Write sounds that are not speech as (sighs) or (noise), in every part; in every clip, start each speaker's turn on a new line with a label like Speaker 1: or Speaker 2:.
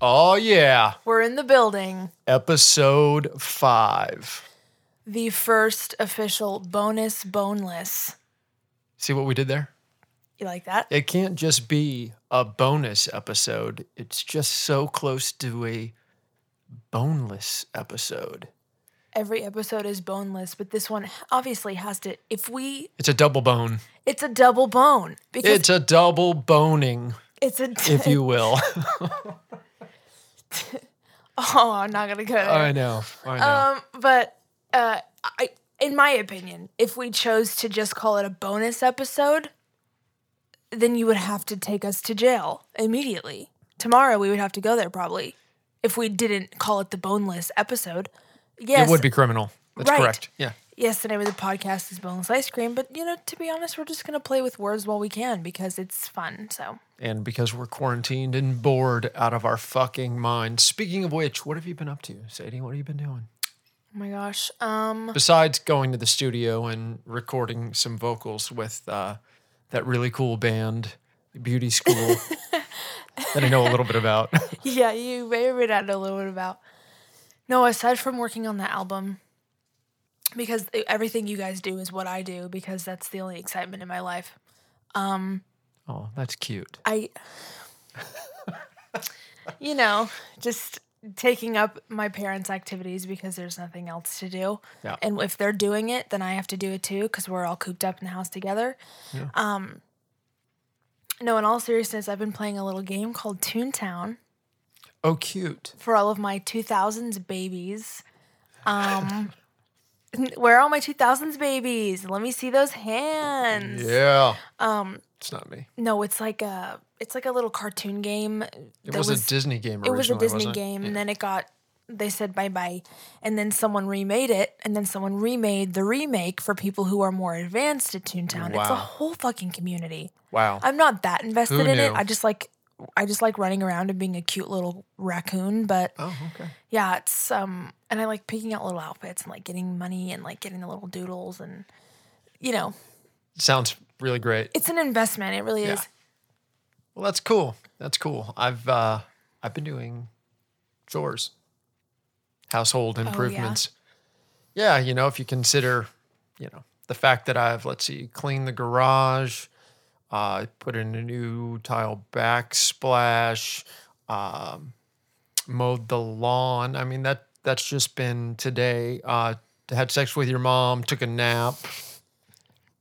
Speaker 1: Oh, yeah.
Speaker 2: We're in the building.
Speaker 1: Episode five.
Speaker 2: The first official bonus boneless.
Speaker 1: See what we did there?
Speaker 2: You like that?
Speaker 1: It can't just be a bonus episode, it's just so close to a boneless episode.
Speaker 2: Every episode is boneless, but this one obviously has to. If we,
Speaker 1: It's a double bone.
Speaker 2: it's a double bone because
Speaker 1: It's a double boning,
Speaker 2: it's a. d-
Speaker 1: if you will.
Speaker 2: (laughs)
Speaker 1: (laughs)
Speaker 2: oh, I'm not gonna go there.
Speaker 1: I know. I know.
Speaker 2: Um, but uh, I, in my opinion, if we chose to just call it a bonus episode, then you would have to take us to jail immediately. Tomorrow we would have to go there probably if we didn't call it the boneless episode. Yes,
Speaker 1: It would be criminal. That's
Speaker 2: Right.
Speaker 1: correct. Yeah.
Speaker 2: Yes, the name of the podcast is Boneless Ice Cream, but you know, to be honest, we're just gonna play with words while we can because it's fun. So Oh
Speaker 1: And because we're quarantined and bored out of our fucking minds. Speaking of which, what have you been up to, Sadie? What have you been doing?
Speaker 2: Oh my gosh. Um (laughs)
Speaker 1: besides going to the studio and recording some vocals with uh, that really cool band, Beauty
Speaker 2: (laughs)
Speaker 1: School, that I know a little bit about. (laughs)
Speaker 2: yeah, you may or may not know a little bit about. No, aside from working on the album, because e- everything you guys do is what I do because that's the only excitement in my life.
Speaker 1: oh, that's cute.
Speaker 2: I, you know, just taking up my parents' activities because there's nothing else to do.
Speaker 1: Yeah.
Speaker 2: And if they're doing it, then I have to do it too because we're all cooped up in the house together. Um, no, in all seriousness, I've been playing a little game called Toontown
Speaker 1: Oh, cute.
Speaker 2: for all of my 2000s babies. Um, (laughs) where are all my 2000s babies? Let me see those hands.
Speaker 1: Yeah. Um, it's not me.
Speaker 2: No, it's like a it's like a little cartoon game.
Speaker 1: It was, a Disney game.
Speaker 2: it was a
Speaker 1: originally,
Speaker 2: Disney
Speaker 1: wasn't it?
Speaker 2: game, and then it got they said bye bye, and then someone remade it, and then someone remade the remake for people who are more advanced at Toontown. It's a
Speaker 1: Wow.
Speaker 2: whole fucking community.
Speaker 1: Wow.
Speaker 2: I'm not that invested
Speaker 1: Who
Speaker 2: in it.
Speaker 1: knew?
Speaker 2: I just like I just like running around and being a cute little raccoon, but
Speaker 1: oh, okay.
Speaker 2: yeah, it's um, and I like picking out little outfits and like getting money and like getting the little doodles and, you know,
Speaker 1: Sounds really great.
Speaker 2: it's an investment. It really is.
Speaker 1: Well, that's cool. That's cool. I've uh, I've been doing chores, household improvements. yeah. you know, if you consider, you know, the fact that I've let's see, cleaned the garage, uh, put in a new tile backsplash, um, mowed the lawn. I mean that that's just been today. Uh, had sex with your mom, took a nap.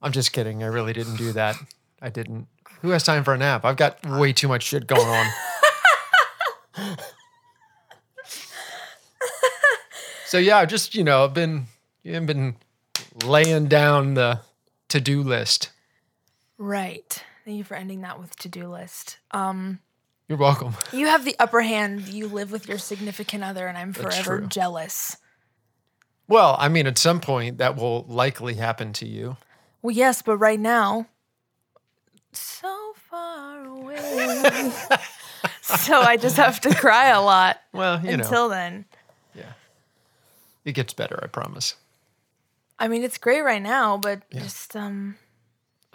Speaker 1: I'm just kidding. I really didn't do that. I didn't. Who has time for a nap? I've got way too much shit going on. so yeah, I've just you know, I've been I've been laying down the to do list.
Speaker 2: Right. Thank you for ending that with to do list. Um,
Speaker 1: You're welcome.
Speaker 2: you have the upper hand. You live with your significant other, and I'm forever
Speaker 1: true.
Speaker 2: jealous.
Speaker 1: Well, I mean, at some point that will likely happen to you.
Speaker 2: Well, yes, but right now, so
Speaker 1: (laughs)
Speaker 2: far away. so I just have to cry a lot
Speaker 1: Well, you know,
Speaker 2: until then.
Speaker 1: yeah, it gets better. I promise.
Speaker 2: I mean, it's great right now, but just um,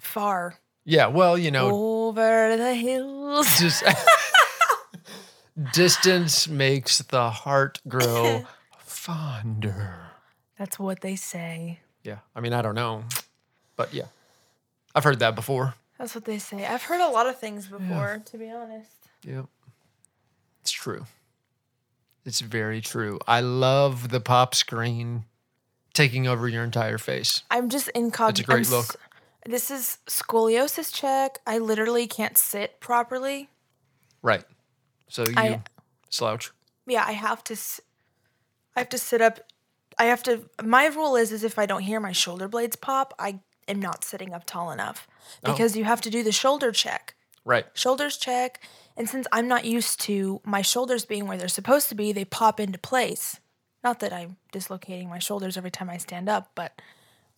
Speaker 2: far.
Speaker 1: Yeah. Well, you know,
Speaker 2: Over the hills.
Speaker 1: Dis- distance makes the heart grow (laughs) fonder.
Speaker 2: That's what they say.
Speaker 1: Yeah. I mean, I don't know, but yeah, I've heard that before.
Speaker 2: That's what they say. I've heard a lot of things before, to be honest.
Speaker 1: Yeah. It's true. It's very true. I love the pop screen taking over your entire face.
Speaker 2: I'm just incognito.
Speaker 1: It's a great look.
Speaker 2: This is scoliosis check. I literally can't sit properly.
Speaker 1: Right. So you
Speaker 2: I-
Speaker 1: slouch.
Speaker 2: Yeah, I have to. s- I have to sit up. I have to. My rule is, is if I don't hear my shoulder blades pop, I am not sitting up tall enough
Speaker 1: Oh.
Speaker 2: because you have to do the shoulder check.
Speaker 1: Right.
Speaker 2: shoulders check. And since I'm not used to my shoulders being where they're supposed to be, they pop into place. Not that I'm dislocating my shoulders every time I stand up, but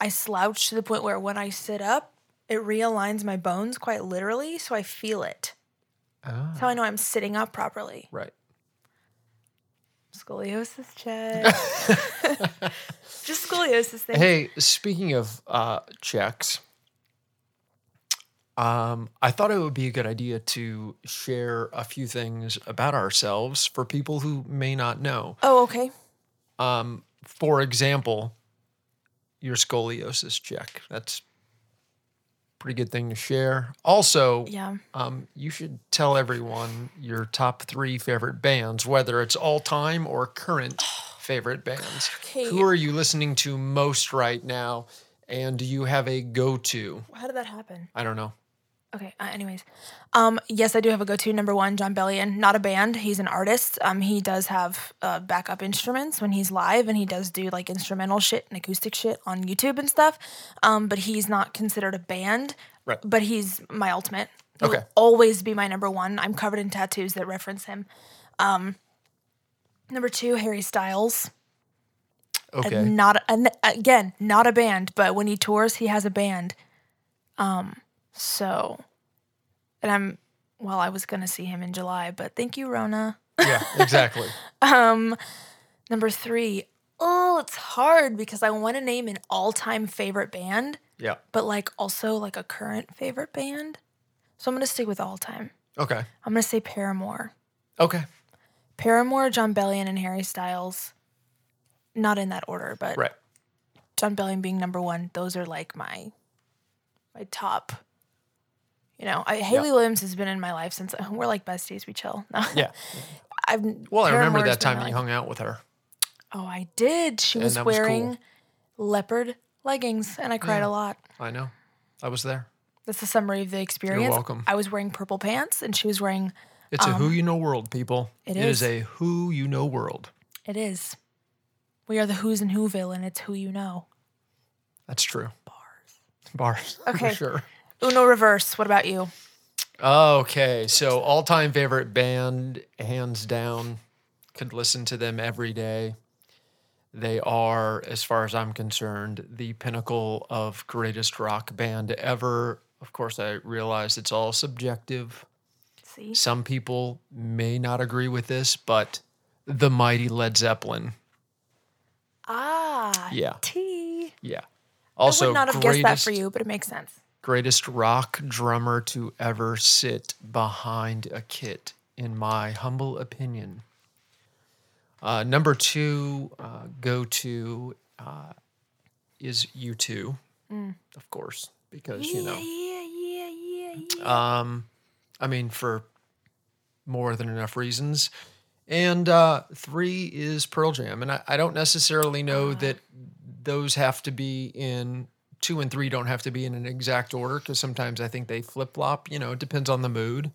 Speaker 2: I slouch to the point where when I sit up, it realigns my bones quite literally, so I feel it. That's how I know I'm sitting up properly.
Speaker 1: Right.
Speaker 2: Scoliosis check. (laughs) Just scoliosis thing.
Speaker 1: Hey, speaking of uh, checks, Um, I thought it would be a good idea to share a few things about ourselves for people who may not know.
Speaker 2: Oh, okay.
Speaker 1: Um, for example, your scoliosis check. That's a pretty good thing to share. Also,
Speaker 2: Yeah.
Speaker 1: um, you should tell everyone your top three favorite bands, whether it's all time or current favorite bands.
Speaker 2: Oh, Okay.
Speaker 1: Who are you listening to most right now? And do you have a go to?
Speaker 2: How did that happen?
Speaker 1: I don't know.
Speaker 2: Okay. Uh, anyways, um, yes, I do have a go-to number one, John Bellion. Not a band. He's an artist. Um, he does have uh, backup instruments when he's live, and he does do like instrumental shit and acoustic shit on YouTube and stuff. Um, but he's not considered a band.
Speaker 1: Right.
Speaker 2: But he's my ultimate. He'll
Speaker 1: Okay.
Speaker 2: Always be my number one. I'm covered in tattoos that reference him. Um, number two, Harry Styles.
Speaker 1: Okay.
Speaker 2: And Uh, Not an, again, not a band, but when he tours, he has a band. Um, so, and I'm well, I was gonna see him in July, but thank you, Rona. Um,
Speaker 1: yeah,
Speaker 2: (laughs)
Speaker 1: exactly.
Speaker 2: Number three, oh, it's hard because I want to name an all-time favorite band,
Speaker 1: Yeah.
Speaker 2: but like also like a current favorite band. So I'm gonna stick with all-time.
Speaker 1: Okay.
Speaker 2: I'm gonna say Paramore.
Speaker 1: Okay.
Speaker 2: Paramore, John Bellion, and Harry Styles. Not in that order, but
Speaker 1: Right.
Speaker 2: John Bellion being number one, those are like my my top. You know, I, Haley Williams has been in my life since (laughs) we're like besties. We chill. (laughs) No,
Speaker 1: Yeah.
Speaker 2: I've
Speaker 1: Well, I remember
Speaker 2: Paramore's
Speaker 1: that
Speaker 2: been
Speaker 1: time
Speaker 2: my
Speaker 1: that you
Speaker 2: life.
Speaker 1: hung out with her.
Speaker 2: Oh, I did. She
Speaker 1: And
Speaker 2: was
Speaker 1: that was cool.
Speaker 2: wearing leopard leggings, and I cried
Speaker 1: Yeah.
Speaker 2: a lot.
Speaker 1: I know. I was there.
Speaker 2: That's the summary of the experience.
Speaker 1: welcome.
Speaker 2: I was wearing purple pants, and she was wearing.
Speaker 1: It's a who you know world, people.
Speaker 2: Um, it
Speaker 1: it is.
Speaker 2: is.
Speaker 1: a who you know world.
Speaker 2: It is. We are the Who's in Whoville, and it's who you know.
Speaker 1: That's true. Bars. (laughs) Bars.
Speaker 2: Okay.
Speaker 1: For sure.
Speaker 2: Uno reverse. What about you?
Speaker 1: Okay. So, all time favorite band, hands down. Could listen to them every day. They are, as far as I'm concerned, the pinnacle of greatest rock band ever. Of course, I realize it's all subjective.
Speaker 2: See,
Speaker 1: Some people may not agree with this, but the mighty Led Zeppelin.
Speaker 2: ah,
Speaker 1: Yeah.
Speaker 2: T.
Speaker 1: Yeah. Also,
Speaker 2: I would not have
Speaker 1: greatest,
Speaker 2: guessed that for you, but it makes sense.
Speaker 1: Greatest rock drummer to ever sit behind a kit, in my humble opinion. Uh, number two, uh, go to uh, is U2, of course, because, you know,
Speaker 2: Yeah, yeah, yeah, yeah.
Speaker 1: Um, I mean, for more than enough reasons. And uh, three is Pearl Jam. And I, I don't necessarily know that those have to be in two and three, don't have to be in an exact order because sometimes I think they flip flop. You know, it depends on the mood.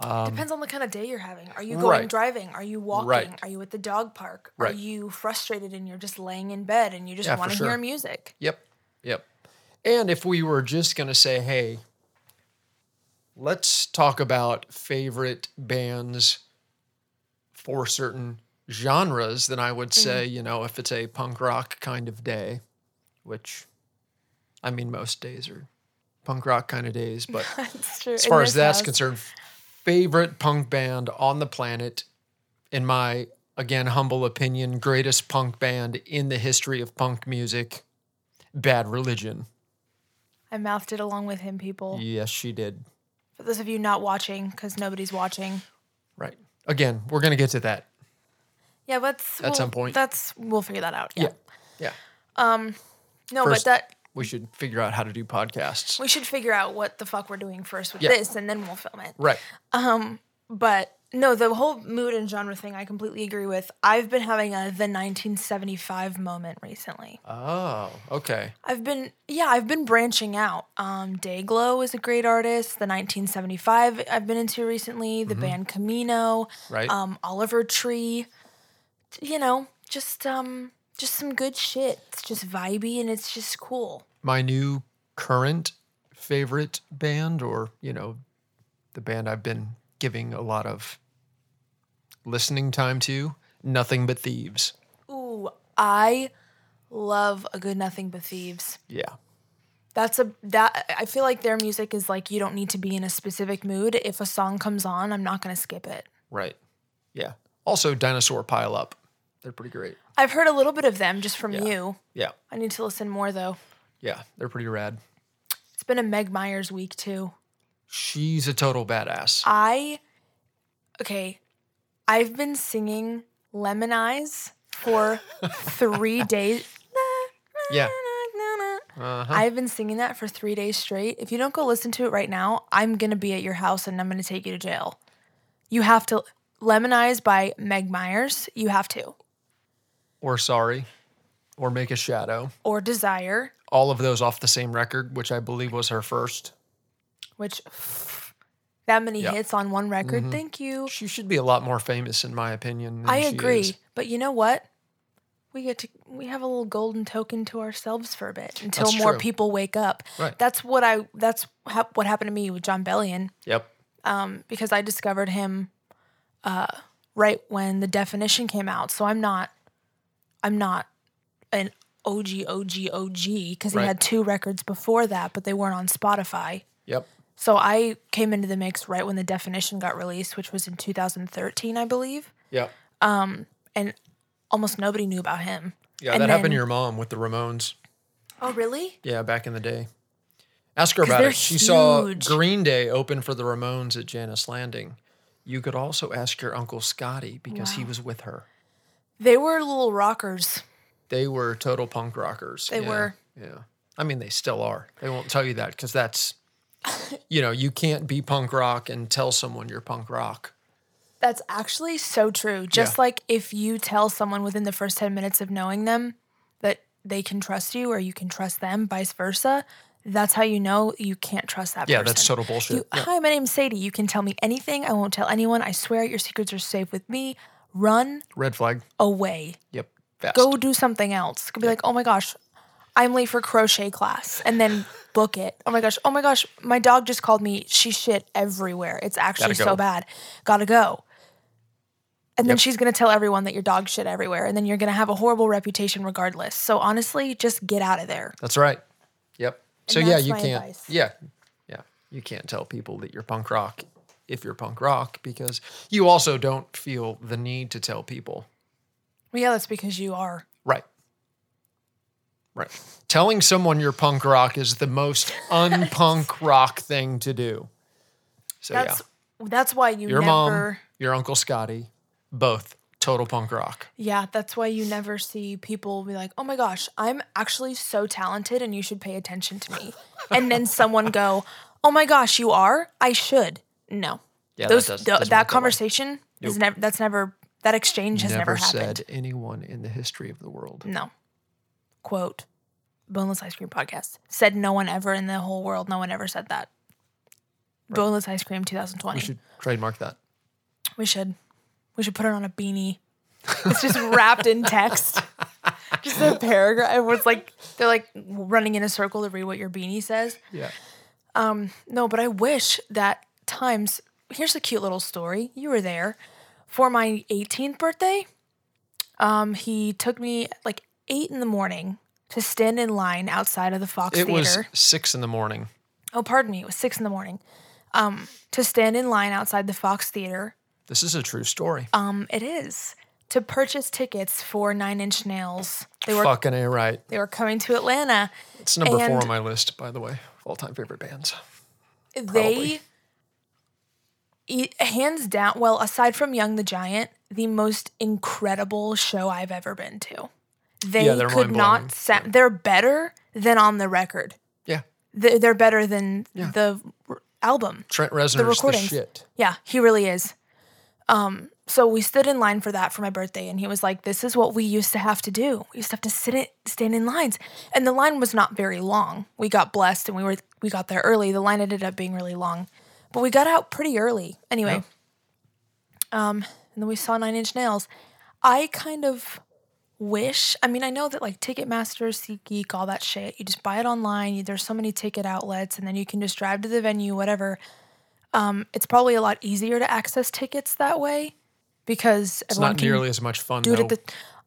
Speaker 2: Depends on the kind of day you're having. Are you going
Speaker 1: Um, Right.
Speaker 2: driving? Are you walking?
Speaker 1: Right.
Speaker 2: Are you at the dog park?
Speaker 1: Right.
Speaker 2: Are you frustrated and you're just laying in bed and you just
Speaker 1: Yeah, for
Speaker 2: want to
Speaker 1: sure.
Speaker 2: hear music? (laughs)
Speaker 1: Yep. Yep. And if we were just going to say, hey, let's talk about favorite bands for certain genres, then I would say, you know, if it's a punk rock kind of day, which I mean, most days are punk rock kind of days, but
Speaker 2: That's true.
Speaker 1: as far as that's concerned, favorite punk band on the planet, in my again humble opinion, greatest punk band in the history of punk music, Bad Religion.
Speaker 2: I mouthed it along with him, people.
Speaker 1: Yes, she did.
Speaker 2: For those of you not watching, because nobody's watching.
Speaker 1: Right. Again, we're gonna get to that.
Speaker 2: Yeah, that's
Speaker 1: At
Speaker 2: we'll-
Speaker 1: some point.
Speaker 2: That's we'll figure that out. Yeah.
Speaker 1: Yeah.
Speaker 2: No,
Speaker 1: First-
Speaker 2: but that
Speaker 1: We should figure out how to do podcasts.
Speaker 2: we should figure out what the fuck we're doing first with
Speaker 1: Yeah.
Speaker 2: this, and then we'll film it.
Speaker 1: Right.
Speaker 2: But no, the whole mood and genre thing, I completely agree with. I've been having a the 1975 moment recently.
Speaker 1: Oh, okay.
Speaker 2: I've been yeah, I've been branching out. Um Dayglow is a great artist. The 1975 I've been into recently, the band Camino,
Speaker 1: Mm-hmm. Right.
Speaker 2: um Oliver Tree. You know, just um just some good shit. It's just vibey and it's just cool.
Speaker 1: my new current favorite band or you know the band i've been giving a lot of listening time to nothing but thieves
Speaker 2: Ooh, I love a good nothing but thieves.
Speaker 1: yeah
Speaker 2: That's a that I feel like their music is like you don't need to be in a specific mood. If a song comes on, I'm not going to skip it.
Speaker 1: right yeah also dinosaur pile up they're pretty great
Speaker 2: I've heard a little bit of them just from
Speaker 1: Yeah.
Speaker 2: you.
Speaker 1: yeah
Speaker 2: I need to listen more though.
Speaker 1: yeah they're pretty rad
Speaker 2: It's been a Meg Myers week too.
Speaker 1: She's a total badass.
Speaker 2: I okay, I've been singing Lemon Eyes for three days. (laughs)
Speaker 1: Yeah. Uh-huh.
Speaker 2: I've been singing that for three days straight. If you don't go listen to it right now, I'm gonna be at your house and I'm gonna take you to jail. You have to Lemon Eyes by Meg Myers. You have to.
Speaker 1: Or sorry. Or make a shadow.
Speaker 2: Or Desire,
Speaker 1: All of those off the same record, which I believe was her first.
Speaker 2: which that many
Speaker 1: Yeah.
Speaker 2: hits on one record. Thank you.
Speaker 1: She should be a lot more famous, in my opinion. than
Speaker 2: I
Speaker 1: she
Speaker 2: agree.
Speaker 1: is.
Speaker 2: But you know what? We get to we have a little golden token to ourselves for a bit until
Speaker 1: That's
Speaker 2: more
Speaker 1: true.
Speaker 2: people wake up.
Speaker 1: Right.
Speaker 2: That's what I that's ha- what happened to me with John Bellion
Speaker 1: Yep.
Speaker 2: um, because I discovered him uh, right when the definition came out. So I'm not I'm not an OG OG OG because he
Speaker 1: Right.
Speaker 2: had two records before that, but they weren't on Spotify.
Speaker 1: Yep.
Speaker 2: So I came into the mix right when the definition got released, which was in 2013, I believe
Speaker 1: Yep.
Speaker 2: and almost nobody knew about him.
Speaker 1: Yeah,
Speaker 2: And
Speaker 1: that happened
Speaker 2: then-
Speaker 1: to your mom with the Ramones.
Speaker 2: Oh, really?
Speaker 1: Yeah, back in the day. Ask her about
Speaker 2: they're
Speaker 1: it. She saw
Speaker 2: huge.
Speaker 1: Green Day open for the Ramones at Janice Landing. You could also ask your uncle Scotty because he was with her.
Speaker 2: They were little rockers.
Speaker 1: They were total punk rockers.
Speaker 2: They
Speaker 1: Yeah,
Speaker 2: were.
Speaker 1: Yeah. I mean, they still are. They won't tell you that because that's, you know, you can't be punk rock and tell someone you're punk rock.
Speaker 2: That's actually so true. Just
Speaker 1: Yeah.
Speaker 2: like if you tell someone within the first 10 minutes of knowing them that they can trust you or you can trust them, vice versa, that's how you know you can't trust that
Speaker 1: Yeah,
Speaker 2: person.
Speaker 1: that's total bullshit.
Speaker 2: You, Hi, my name's Sadie. You can tell me anything. I won't tell anyone. I swear your secrets are safe with me. Run
Speaker 1: Red flag.
Speaker 2: away.
Speaker 1: Yep. Fast.
Speaker 2: Go do something else. Could be like, oh my gosh, I'm late for crochet class, and then book it. Oh my gosh, oh my gosh, my dog just called me. She shit everywhere. It's actually
Speaker 1: Gotta
Speaker 2: so
Speaker 1: go.
Speaker 2: bad. Gotta go. And then
Speaker 1: Yep.
Speaker 2: she's gonna tell everyone that your dog shit everywhere, and then you're gonna have a horrible reputation regardless. So honestly, just get out of there.
Speaker 1: That's right. Yep. so yeah,
Speaker 2: that's
Speaker 1: you
Speaker 2: my
Speaker 1: can't.
Speaker 2: advice.
Speaker 1: Yeah, yeah, you can't tell people that you're punk rock if you're punk rock because you also don't feel the need to tell people.
Speaker 2: Well, yeah, that's because you are.
Speaker 1: Right. Right. Telling someone you're punk rock is the
Speaker 2: (laughs)
Speaker 1: most unpunk rock thing to do. So
Speaker 2: That's
Speaker 1: yeah,
Speaker 2: that's why you
Speaker 1: your
Speaker 2: never.
Speaker 1: mom, your uncle Scotty, both total punk rock.
Speaker 2: Yeah, that's why you never see people be like, "Oh my gosh, I'm actually so talented and you should pay attention to me."
Speaker 1: (laughs)
Speaker 2: and then someone go, "Oh my gosh, you are? I should." No.
Speaker 1: Yeah, that
Speaker 2: Those
Speaker 1: does- doesn't
Speaker 2: tho- that,
Speaker 1: work that way.
Speaker 2: conversation is never that's never that exchange has never,
Speaker 1: Never
Speaker 2: happened.
Speaker 1: said anyone in the history of the world.
Speaker 2: No. Quote Boneless Ice Cream Podcast. Said no one ever in the whole world. No one ever said that. Boneless Ice Cream 2020.
Speaker 1: We should trademark that.
Speaker 2: We should. We should put it on a beanie. It's just wrapped in text. Just a paragraph. Everyone's like, they're like running in a circle to read what your beanie says.
Speaker 1: Yeah.
Speaker 2: No, but I wish that times. Here's a cute little story. You were there for my 18th birthday. Um, he took me at like eight in the morning to stand in line outside of the Fox
Speaker 1: It
Speaker 2: Theater.
Speaker 1: was six in the morning.
Speaker 2: oh, pardon me. It was six in the morning. Um, to stand in line outside the Fox Theater
Speaker 1: This is a true story.
Speaker 2: Um, it is to purchase tickets for Nine Inch Nails. They were
Speaker 1: Fucking A right.
Speaker 2: they were coming to Atlanta.
Speaker 1: It's number four
Speaker 2: And-
Speaker 1: on my list, by the way, of all time favorite bands.
Speaker 2: They e- hands down, well, aside from Young the Giant, the most incredible show I've ever been to. They
Speaker 1: Yeah, they're
Speaker 2: could
Speaker 1: mind-blowing.
Speaker 2: not sa- they're better than on the record.
Speaker 1: Yeah.
Speaker 2: They're, they're better than the r- album.
Speaker 1: Trent Reznor's the,
Speaker 2: recordings.
Speaker 1: shit.
Speaker 2: Yeah, he really is. Um, so we stood in line for that for my birthday, and he was like, "This is what we used to have to do. We used to have to sit in, stand in lines, and the line was not very long. We got blessed, and we were we got there early. The line ended up being really long, but we got out pretty early anyway. Um, and then we saw Nine Inch Nails. I kind of wish. I mean, I know that like Ticketmaster, SeatGeek, all that shit. You just buy it online. you- There's so many ticket outlets, and then you can just drive to the venue, whatever Um, it's probably a lot easier to access tickets that way because
Speaker 1: It's
Speaker 2: everyone
Speaker 1: not
Speaker 2: can
Speaker 1: nearly as much fun
Speaker 2: do it
Speaker 1: though.
Speaker 2: at the.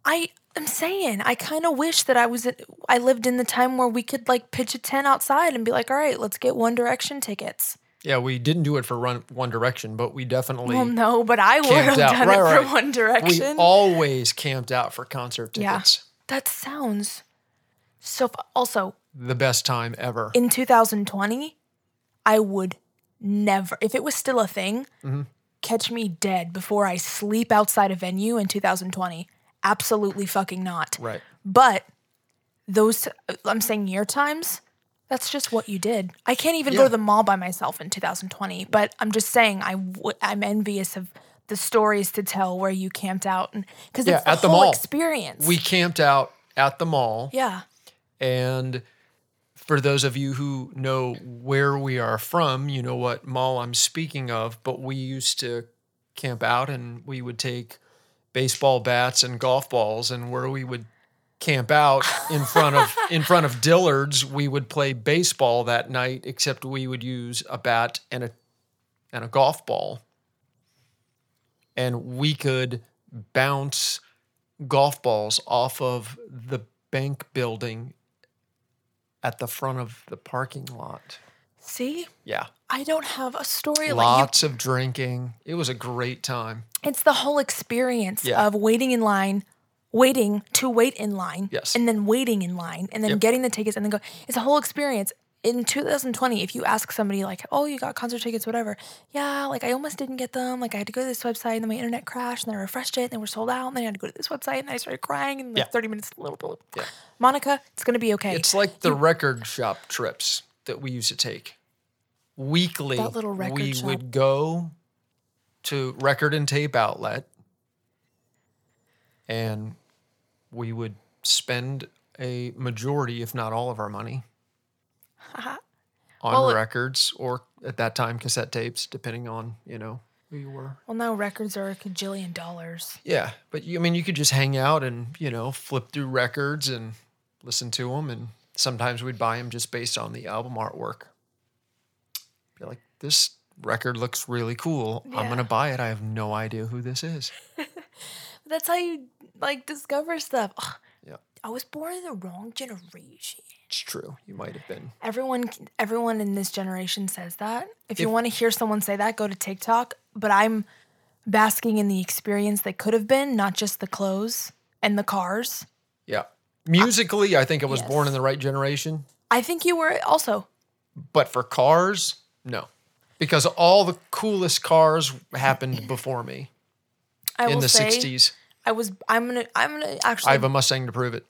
Speaker 2: I am saying I kind of wish that I was at, I lived in the time where we could like pitch a tent outside and be like, all right, let's get One Direction tickets.
Speaker 1: yeah, we didn't do it for Run One Direction, but we definitely
Speaker 2: Well, no, but I would have
Speaker 1: camped out.
Speaker 2: done
Speaker 1: right,
Speaker 2: it
Speaker 1: right.
Speaker 2: for One Direction.
Speaker 1: We always camped out for concert
Speaker 2: yeah,
Speaker 1: tickets.
Speaker 2: that sounds so f- also
Speaker 1: The best time ever.
Speaker 2: in 2020, I would never, if it was still a thing,
Speaker 1: Mm-hmm.
Speaker 2: catch me dead before I sleep outside a venue in 2020. Absolutely fucking not.
Speaker 1: right.
Speaker 2: But those, uh, I'm saying year times, that's just what you did. I can't even go
Speaker 1: Yeah.
Speaker 2: to the mall by myself in 2020, but I'm just saying I w- I'm envious of the stories to tell where you camped out and because
Speaker 1: Yeah,
Speaker 2: it's the
Speaker 1: at the
Speaker 2: whole
Speaker 1: mall.
Speaker 2: experience.
Speaker 1: We camped out at the mall.
Speaker 2: yeah.
Speaker 1: And for those of you who know where we are from, you know what mall I'm speaking of, but we used to camp out and we would take baseball bats and golf balls and where we would camp out in front of in front of Dillard's, we would play baseball that night except we would use a bat and a and a golf ball. And we could bounce golf balls off of the bank building at the front of the parking lot.
Speaker 2: See,
Speaker 1: Yeah.
Speaker 2: I don't have a story like you
Speaker 1: Lots of drinking. It was a great time.
Speaker 2: It's the whole experience
Speaker 1: Yeah.
Speaker 2: of waiting in line, waiting to wait in line,
Speaker 1: Yes.
Speaker 2: and then waiting in line, and then
Speaker 1: Yep.
Speaker 2: getting the tickets, and then go. It's a whole experience. In 2020, if you ask somebody like, "Oh, you got concert tickets, whatever," yeah, like I almost didn't get them. Like I had to go to this website, and then my internet crashed, and then I refreshed it, and they were sold out, and then I had to go to this website, and I started crying, and like
Speaker 1: Yeah.
Speaker 2: 30 minutes, little, little.
Speaker 1: Yeah.
Speaker 2: Monica, it's gonna be okay.
Speaker 1: It's like the record shop trips that we used to take. Weekly,
Speaker 2: That little record
Speaker 1: we
Speaker 2: shop.
Speaker 1: would go to record and tape outlet and we would spend a majority, if not all of our money on
Speaker 2: Well, it-
Speaker 1: records or at that time cassette tapes, depending on, you know, who you were.
Speaker 2: well, now records are a cajillion dollars.
Speaker 1: Yeah, but you, I mean, you could just hang out and you know flip through records and listen to them, and sometimes we'd buy them just based on the album artwork. Be like, this record looks really cool. I'm
Speaker 2: Yeah.
Speaker 1: gonna buy it. I have no idea who this is.
Speaker 2: That's how you like discover stuff. Ugh.
Speaker 1: Yeah.
Speaker 2: I was born in the wrong generation.
Speaker 1: It's true. You might have been.
Speaker 2: Everyone, everyone in this generation says that. If you
Speaker 1: If-
Speaker 2: want to hear someone say that, go to TikTok. But I'm basking in the experience that could have been, not just the clothes and the cars.
Speaker 1: Yeah. Musically, I think I was born in
Speaker 2: Uh, Yes.
Speaker 1: the right generation,
Speaker 2: I think you were also.
Speaker 1: but for cars, no, because all the coolest cars happened before me
Speaker 2: I
Speaker 1: in
Speaker 2: will
Speaker 1: the
Speaker 2: say,
Speaker 1: '60s.
Speaker 2: I was. I'm gonna. I'm gonna actually.
Speaker 1: I have a Mustang to prove it.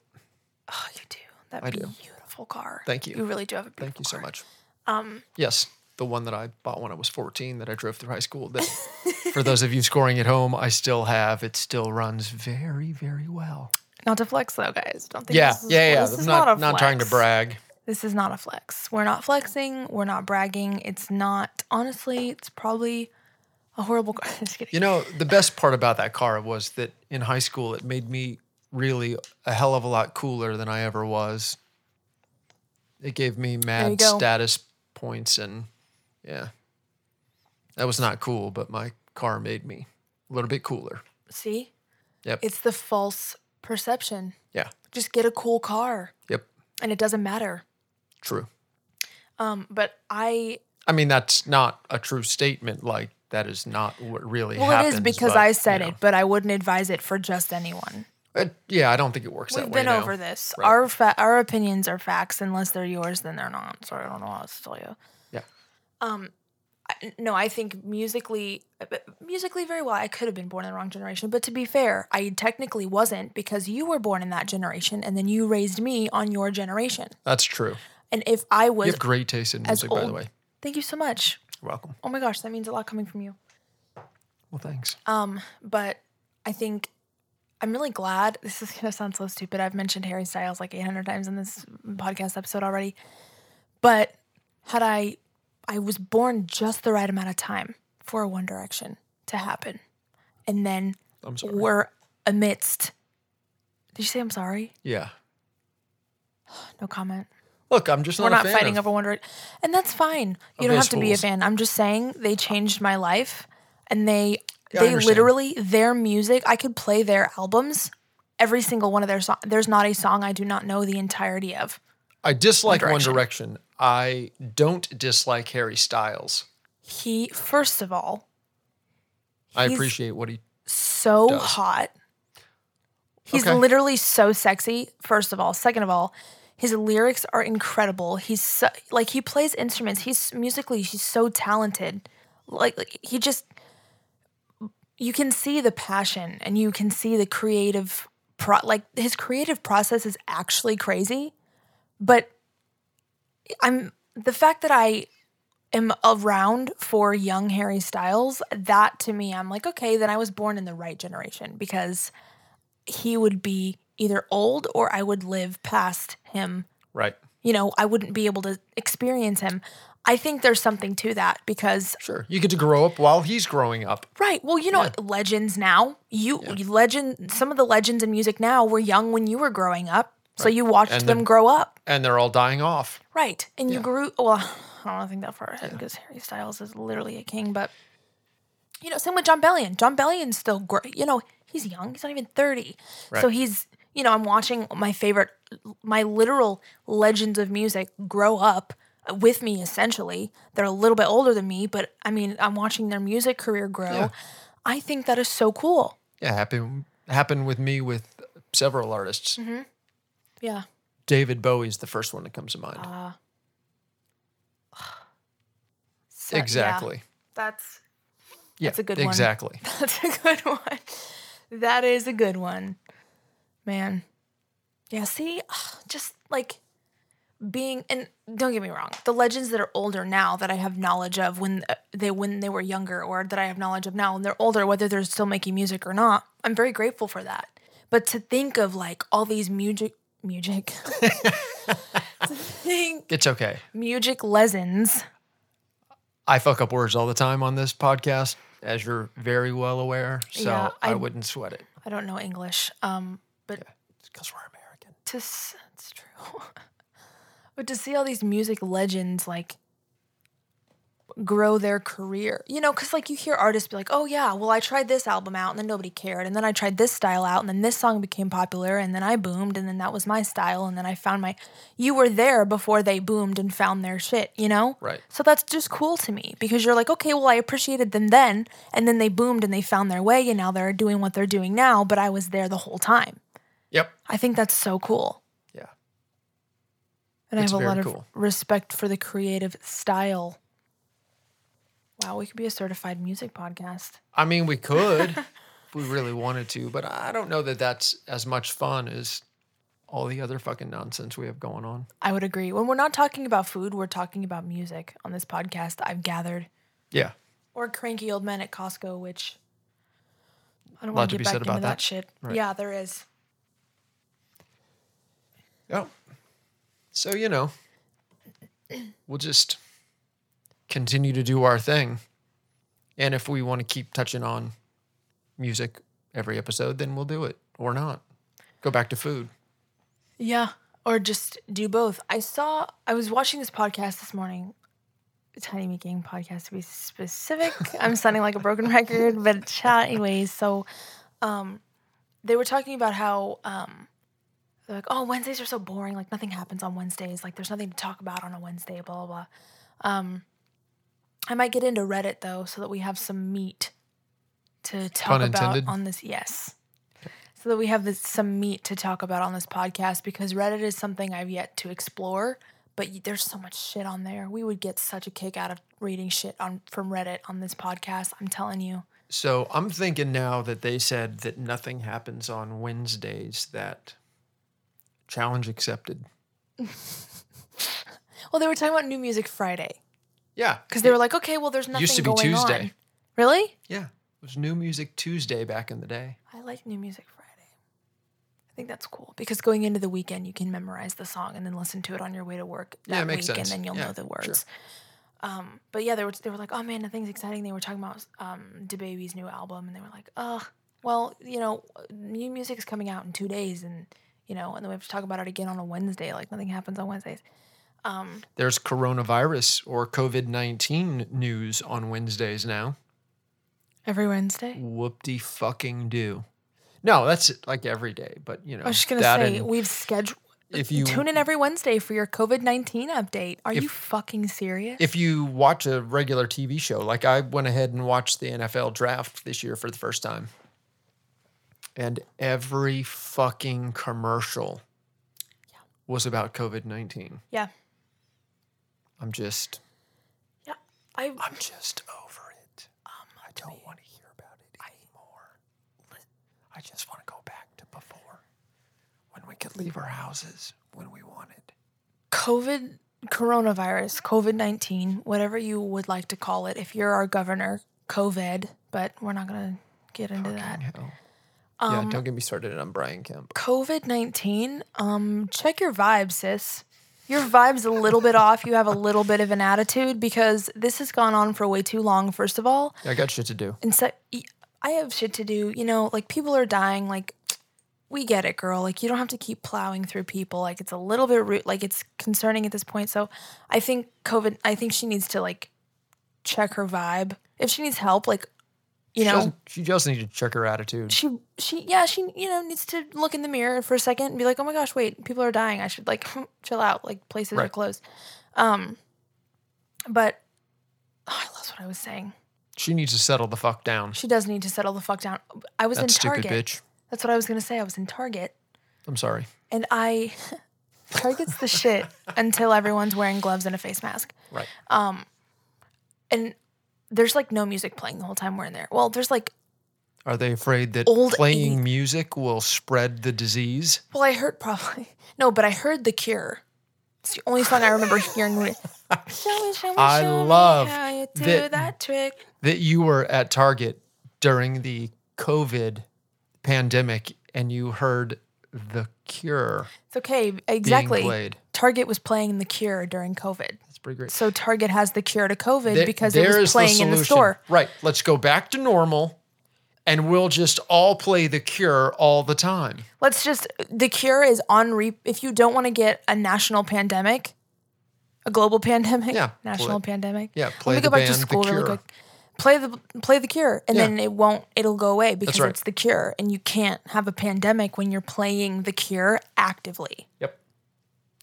Speaker 2: oh, you do. That
Speaker 1: I do.
Speaker 2: beautiful car.
Speaker 1: Thank you.
Speaker 2: You really do have a beautiful
Speaker 1: Thank you so
Speaker 2: car.
Speaker 1: much.
Speaker 2: Um,
Speaker 1: Yes, the one that I bought when I was 14 that I drove through high school. That for those of you scoring at home, I still have. It still runs very, very well.
Speaker 2: not to flex though, guys. Don't think
Speaker 1: Yeah,
Speaker 2: this is,
Speaker 1: yeah, yeah.
Speaker 2: This
Speaker 1: I'm
Speaker 2: is
Speaker 1: not,
Speaker 2: not a
Speaker 1: not trying to
Speaker 2: flex.
Speaker 1: brag.
Speaker 2: this is not a flex. We're not flexing. We're not bragging. It's not, honestly, it's probably a horrible. (laughs) Just kidding.
Speaker 1: You know, the best part about that car was that in high school, it made me really a hell of a lot cooler than I ever was. It gave me
Speaker 2: you
Speaker 1: mad
Speaker 2: go.
Speaker 1: status points, and yeah, that was not cool, but my car made me a little bit cooler.
Speaker 2: See?
Speaker 1: Yep.
Speaker 2: It's the false perception.
Speaker 1: Yeah.
Speaker 2: Just get a cool car
Speaker 1: Yep.
Speaker 2: and it doesn't matter.
Speaker 1: True.
Speaker 2: Um, but I,
Speaker 1: I mean, that's not a true statement. Like that is not what really
Speaker 2: well,
Speaker 1: happens.
Speaker 2: it is because
Speaker 1: but,
Speaker 2: I said
Speaker 1: you
Speaker 2: it, but I wouldn't advise it for just anyone.
Speaker 1: know. It- yeah, I don't think it works that
Speaker 2: We've
Speaker 1: way.
Speaker 2: been
Speaker 1: now.
Speaker 2: over this.
Speaker 1: Right.
Speaker 2: Our fa- our opinions are facts. Unless they're yours, then they're not. Sorry, I don't know what else to tell you.
Speaker 1: Yeah.
Speaker 2: Um, I, no, I think musically, uh, but musically very well. I could have been born in the wrong generation, but to be fair, I technically wasn't because you were born in that generation, and then you raised me on your generation.
Speaker 1: That's true.
Speaker 2: And if I
Speaker 1: You
Speaker 2: was,
Speaker 1: have great taste in
Speaker 2: as
Speaker 1: music, by the
Speaker 2: old-
Speaker 1: way.
Speaker 2: thank you so much.
Speaker 1: You're welcome.
Speaker 2: Oh my gosh, that means a lot coming from you.
Speaker 1: Well, thanks.
Speaker 2: Um, but I think I'm really glad. (laughs) This is gonna sound so stupid. I've mentioned Harry Styles like 800 times in this podcast episode already. But had I, I was born just the right amount of time for One Direction to happen, and then
Speaker 1: I'm sorry.
Speaker 2: we're amidst. Did you say I'm sorry?
Speaker 1: yeah.
Speaker 2: No comment.
Speaker 1: Look, I'm just not.
Speaker 2: We're
Speaker 1: a
Speaker 2: not
Speaker 1: fan
Speaker 2: fighting
Speaker 1: of,
Speaker 2: over One Direction, and that's fine. You don't
Speaker 1: those
Speaker 2: have to be a
Speaker 1: fools.
Speaker 2: fan. I'm just saying they changed my life, and they
Speaker 1: Yeah, I
Speaker 2: they
Speaker 1: understand.
Speaker 2: literally their music. I could play their albums, every single one of their songs. There's not a song I do not know the entirety of.
Speaker 1: I dislike One
Speaker 2: Direction.
Speaker 1: Direction. I don't dislike Harry Styles.
Speaker 2: He first of all,
Speaker 1: I
Speaker 2: He's-
Speaker 1: appreciate what he.
Speaker 2: so
Speaker 1: Does.
Speaker 2: hot. He's
Speaker 1: Okay.
Speaker 2: literally so sexy. First of all, second of all, His lyrics are incredible. He's so, like he plays instruments. He's musically he's so talented. Like, like he just you can see the passion and you can see the creative pro like his creative process is actually crazy. But I'm the fact that I am around for young Harry Styles, that to me I'm like okay, then I was born in the right generation because he would be either old or I would live past him.
Speaker 1: Right.
Speaker 2: You know, I wouldn't be able to experience him. I think there's something to that because
Speaker 1: Sure. You get to grow up while he's growing up.
Speaker 2: right, well, you know, legends now, you legend some of the legends in music now were young when you were growing up. So you watched
Speaker 1: And
Speaker 2: them
Speaker 1: the-
Speaker 2: grow up.
Speaker 1: And they're all dying off.
Speaker 2: Right. And you grew well, (sighs) I don't think that far ahead because Harry Styles is literally a king, but you know, same with John Bellion. John Bellion's still great. You know, he's young. He's not even 30. So
Speaker 1: Right.
Speaker 2: he's, you know, I'm watching my favorite, my literal legends of music grow up with me, essentially. They're a little bit older than me, but I mean, I'm watching their music career grow. I think that is so cool.
Speaker 1: Yeah, happened happened with me with several artists.
Speaker 2: Mm-hmm. Yeah.
Speaker 1: David Bowie's the first one that comes to mind.
Speaker 2: So, yeah,
Speaker 1: exactly.
Speaker 2: that's
Speaker 1: Yeah,
Speaker 2: that's a good one.
Speaker 1: exactly.
Speaker 2: (laughs) That's a good one. That is a good one. Man. Yeah, see, ugh, just like being and don't get me wrong, the legends that are older now that I have knowledge of when uh, they when they were younger or that I have knowledge of now and they're older whether they're still making music or not. I'm very grateful for that. But to think of like all these music music (laughs) to think
Speaker 1: It's okay.
Speaker 2: music lessons.
Speaker 1: I fuck up words all the time on this podcast, as you're very well aware. So
Speaker 2: Yeah,
Speaker 1: I,
Speaker 2: I-
Speaker 1: wouldn't sweat it
Speaker 2: I don't know English. Um but
Speaker 1: because we're American.
Speaker 2: to s- it's true (laughs) but to see all these music legends like grow their career you know because like you hear artists be like oh yeah well i tried this album out and then nobody cared and then i tried this style out and then this song became popular and then i boomed and then that was my style and then i found my you were there before they boomed and found their shit you know
Speaker 1: Right.
Speaker 2: so that's just cool to me because you're like okay well i appreciated them then and then they boomed and they found their way and now they're doing what they're doing now but i was there the whole time
Speaker 1: Yep.
Speaker 2: i think that's so cool
Speaker 1: Yeah.
Speaker 2: and
Speaker 1: It's
Speaker 2: I have a lot
Speaker 1: very
Speaker 2: of
Speaker 1: cool.
Speaker 2: respect for the creative style. Wow, we could be a certified music podcast.
Speaker 1: I mean, we could if we really wanted to, but I don't know that that's as much fun as all the other fucking nonsense we have going on.
Speaker 2: I would agree. When we're not talking about food, we're talking about music on this podcast, I've gathered.
Speaker 1: Yeah.
Speaker 2: Or cranky old men at Costco, which I don't
Speaker 1: Lot
Speaker 2: want
Speaker 1: to
Speaker 2: to
Speaker 1: be
Speaker 2: get back
Speaker 1: said
Speaker 2: into
Speaker 1: about
Speaker 2: that,
Speaker 1: that.
Speaker 2: shit.
Speaker 1: Right.
Speaker 2: Yeah, there is.
Speaker 1: Yep. Oh. So, you know, we'll just continue to do our thing. And if we want to keep touching on music every episode, then we'll do it or not. Go back to food.
Speaker 2: Yeah, or just do both. I saw I was watching this podcast this morning, Tiny Me Gang podcast to be specific. I'm sounding like a broken (laughs) record, but cha- anyways, so um, they were talking about how um, they're like, oh, Wednesdays are so boring. Like nothing happens on Wednesdays. Like there's nothing to talk about on a Wednesday. Blah blah blah. Um, I might get into Reddit though, so that we have some meat to talk
Speaker 1: Pun
Speaker 2: about
Speaker 1: intended.
Speaker 2: on this. Yes so that we have this, some meat to talk about on this podcast because Reddit is something I've yet to explore. But y- there's so much shit on there. We would get such a kick out of reading shit on from Reddit on this podcast. I'm telling you.
Speaker 1: So I'm thinking now that they said that nothing happens on Wednesdays, that challenge accepted.
Speaker 2: Well, they were talking about New Music Friday
Speaker 1: Yeah.
Speaker 2: because they were like, okay, well, there's nothing
Speaker 1: Used to be
Speaker 2: going
Speaker 1: Tuesday.
Speaker 2: on. Really?
Speaker 1: Yeah. It was New Music Tuesday back in the day.
Speaker 2: I like New Music Friday. I think that's cool because going into the weekend, you can memorize the song and then listen to it on your way to work that
Speaker 1: Yeah, it makes
Speaker 2: week,
Speaker 1: sense.
Speaker 2: and then you'll
Speaker 1: Yeah,
Speaker 2: know the
Speaker 1: sure.
Speaker 2: words. Um, but yeah, they were they were like, oh man, nothing's exciting. They were talking about um, DaBaby's new album, and they were like, oh, well, you know, new music's coming out in two days, and you know, and then we have to talk about it again on a Wednesday. Like nothing happens on Wednesdays. Um,
Speaker 1: There's coronavirus or COVID 19 news on Wednesdays now.
Speaker 2: Every Wednesday.
Speaker 1: Whoop de fucking do. No, that's like every day, but you know,
Speaker 2: I was just gonna
Speaker 1: that
Speaker 2: say
Speaker 1: and
Speaker 2: we've scheduled.
Speaker 1: if you
Speaker 2: Tune in every Wednesday for your COVID nineteen update. Are you fucking serious?
Speaker 1: if you watch a regular TV show, like I went ahead and watched the NFL draft this year for the first time, and every fucking commercial was about COVID 19.
Speaker 2: Yeah.
Speaker 1: I'm just,
Speaker 2: Yeah. I
Speaker 1: I'm just over it. I don't want to hear about it anymore. I just want to go back to before when we could leave our houses when we wanted.
Speaker 2: COVID coronavirus, COVID 19, whatever you would like to call it, if you're our governor, COVID, but we're not going to get into that.
Speaker 1: Hell.
Speaker 2: Um,
Speaker 1: yeah, don't get me started on Brian Kemp.
Speaker 2: COVID 19, um, check your vibe, sis. Your vibe's a little bit off. You have a little bit of an attitude because this has gone on for way too long, first of all.
Speaker 1: I got shit to do.
Speaker 2: And so I have shit to do. You know, like people are dying. Like, we get it, girl. Like, you don't have to keep plowing through people. Like, it's a little bit rude. Like, it's concerning at this point. So I think COVID, I think she needs to like check her vibe. If she needs help, like, you
Speaker 1: she,
Speaker 2: know,
Speaker 1: doesn't- she just needed to check her attitude.
Speaker 2: she she yeah she you know needs to look in the mirror for a second and be like oh my gosh wait people are dying i should like (laughs) chill out like places are
Speaker 1: Right.
Speaker 2: closed um but oh, i lost what i was saying
Speaker 1: She needs to settle the fuck down.
Speaker 2: she does need to settle the fuck down i was
Speaker 1: That
Speaker 2: in target
Speaker 1: stupid bitch.
Speaker 2: that's what i was gonna say i was in target
Speaker 1: I'm sorry.
Speaker 2: and i (laughs) targets the shit until everyone's wearing gloves and a face mask Um,
Speaker 1: Right.
Speaker 2: and there's like no music playing the whole time we're in there well there's like
Speaker 1: Are they afraid that
Speaker 2: Old
Speaker 1: playing music will spread the disease?
Speaker 2: Well, I heard probably (laughs) no, but I heard The Cure. It's the only song I remember hearing. (laughs) when- show me, show me,
Speaker 1: I
Speaker 2: show me
Speaker 1: love
Speaker 2: how you do
Speaker 1: that-
Speaker 2: that, trick.
Speaker 1: That you were at Target during the COVID pandemic and you heard The Cure
Speaker 2: It's okay,
Speaker 1: being
Speaker 2: exactly.
Speaker 1: played.
Speaker 2: Target was playing The Cure during COVID,
Speaker 1: That's pretty great.
Speaker 2: so Target has The Cure to COVID
Speaker 1: Th-
Speaker 2: because
Speaker 1: there
Speaker 2: it was
Speaker 1: is
Speaker 2: playing in the
Speaker 1: solution.
Speaker 2: store.
Speaker 1: Right. Let's go back to normal and we'll just all play The Cure all the time.
Speaker 2: Let's just The Cure is on re. If you don't want to get a national pandemic, a global pandemic,
Speaker 1: Yeah, play-
Speaker 2: national pandemic,
Speaker 1: yeah, play
Speaker 2: Let me
Speaker 1: the
Speaker 2: go back to
Speaker 1: band The
Speaker 2: school really
Speaker 1: Cure.
Speaker 2: quick. Play the play the Cure, and
Speaker 1: Yeah.
Speaker 2: then it won't. It'll go away because
Speaker 1: right.
Speaker 2: it's the Cure, and you can't have a pandemic when you're playing the Cure actively.
Speaker 1: Yep.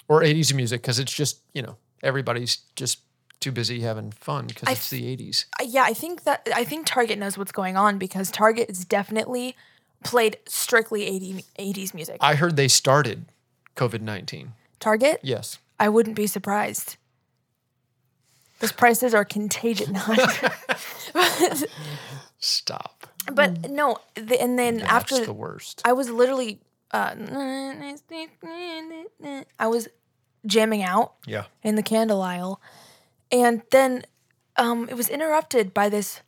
Speaker 1: Or 80s music because it's just, you know, everybody's just too busy having fun because it's the 80s.
Speaker 2: Uh, yeah, I think that I think Target knows what's going on because Target is definitely played strictly 80, 80s music.
Speaker 1: I heard they started COVID 19.
Speaker 2: Target,
Speaker 1: Yes.
Speaker 2: I wouldn't be surprised. Those prices
Speaker 1: (laughs)
Speaker 2: are contagious. (laughs) No.
Speaker 1: Stop.
Speaker 2: but no, the, and then
Speaker 1: That's
Speaker 2: after
Speaker 1: the worst.
Speaker 2: I was literally, uh, I was jamming out
Speaker 1: yeah.
Speaker 2: in the candle aisle, and then um, it was interrupted by this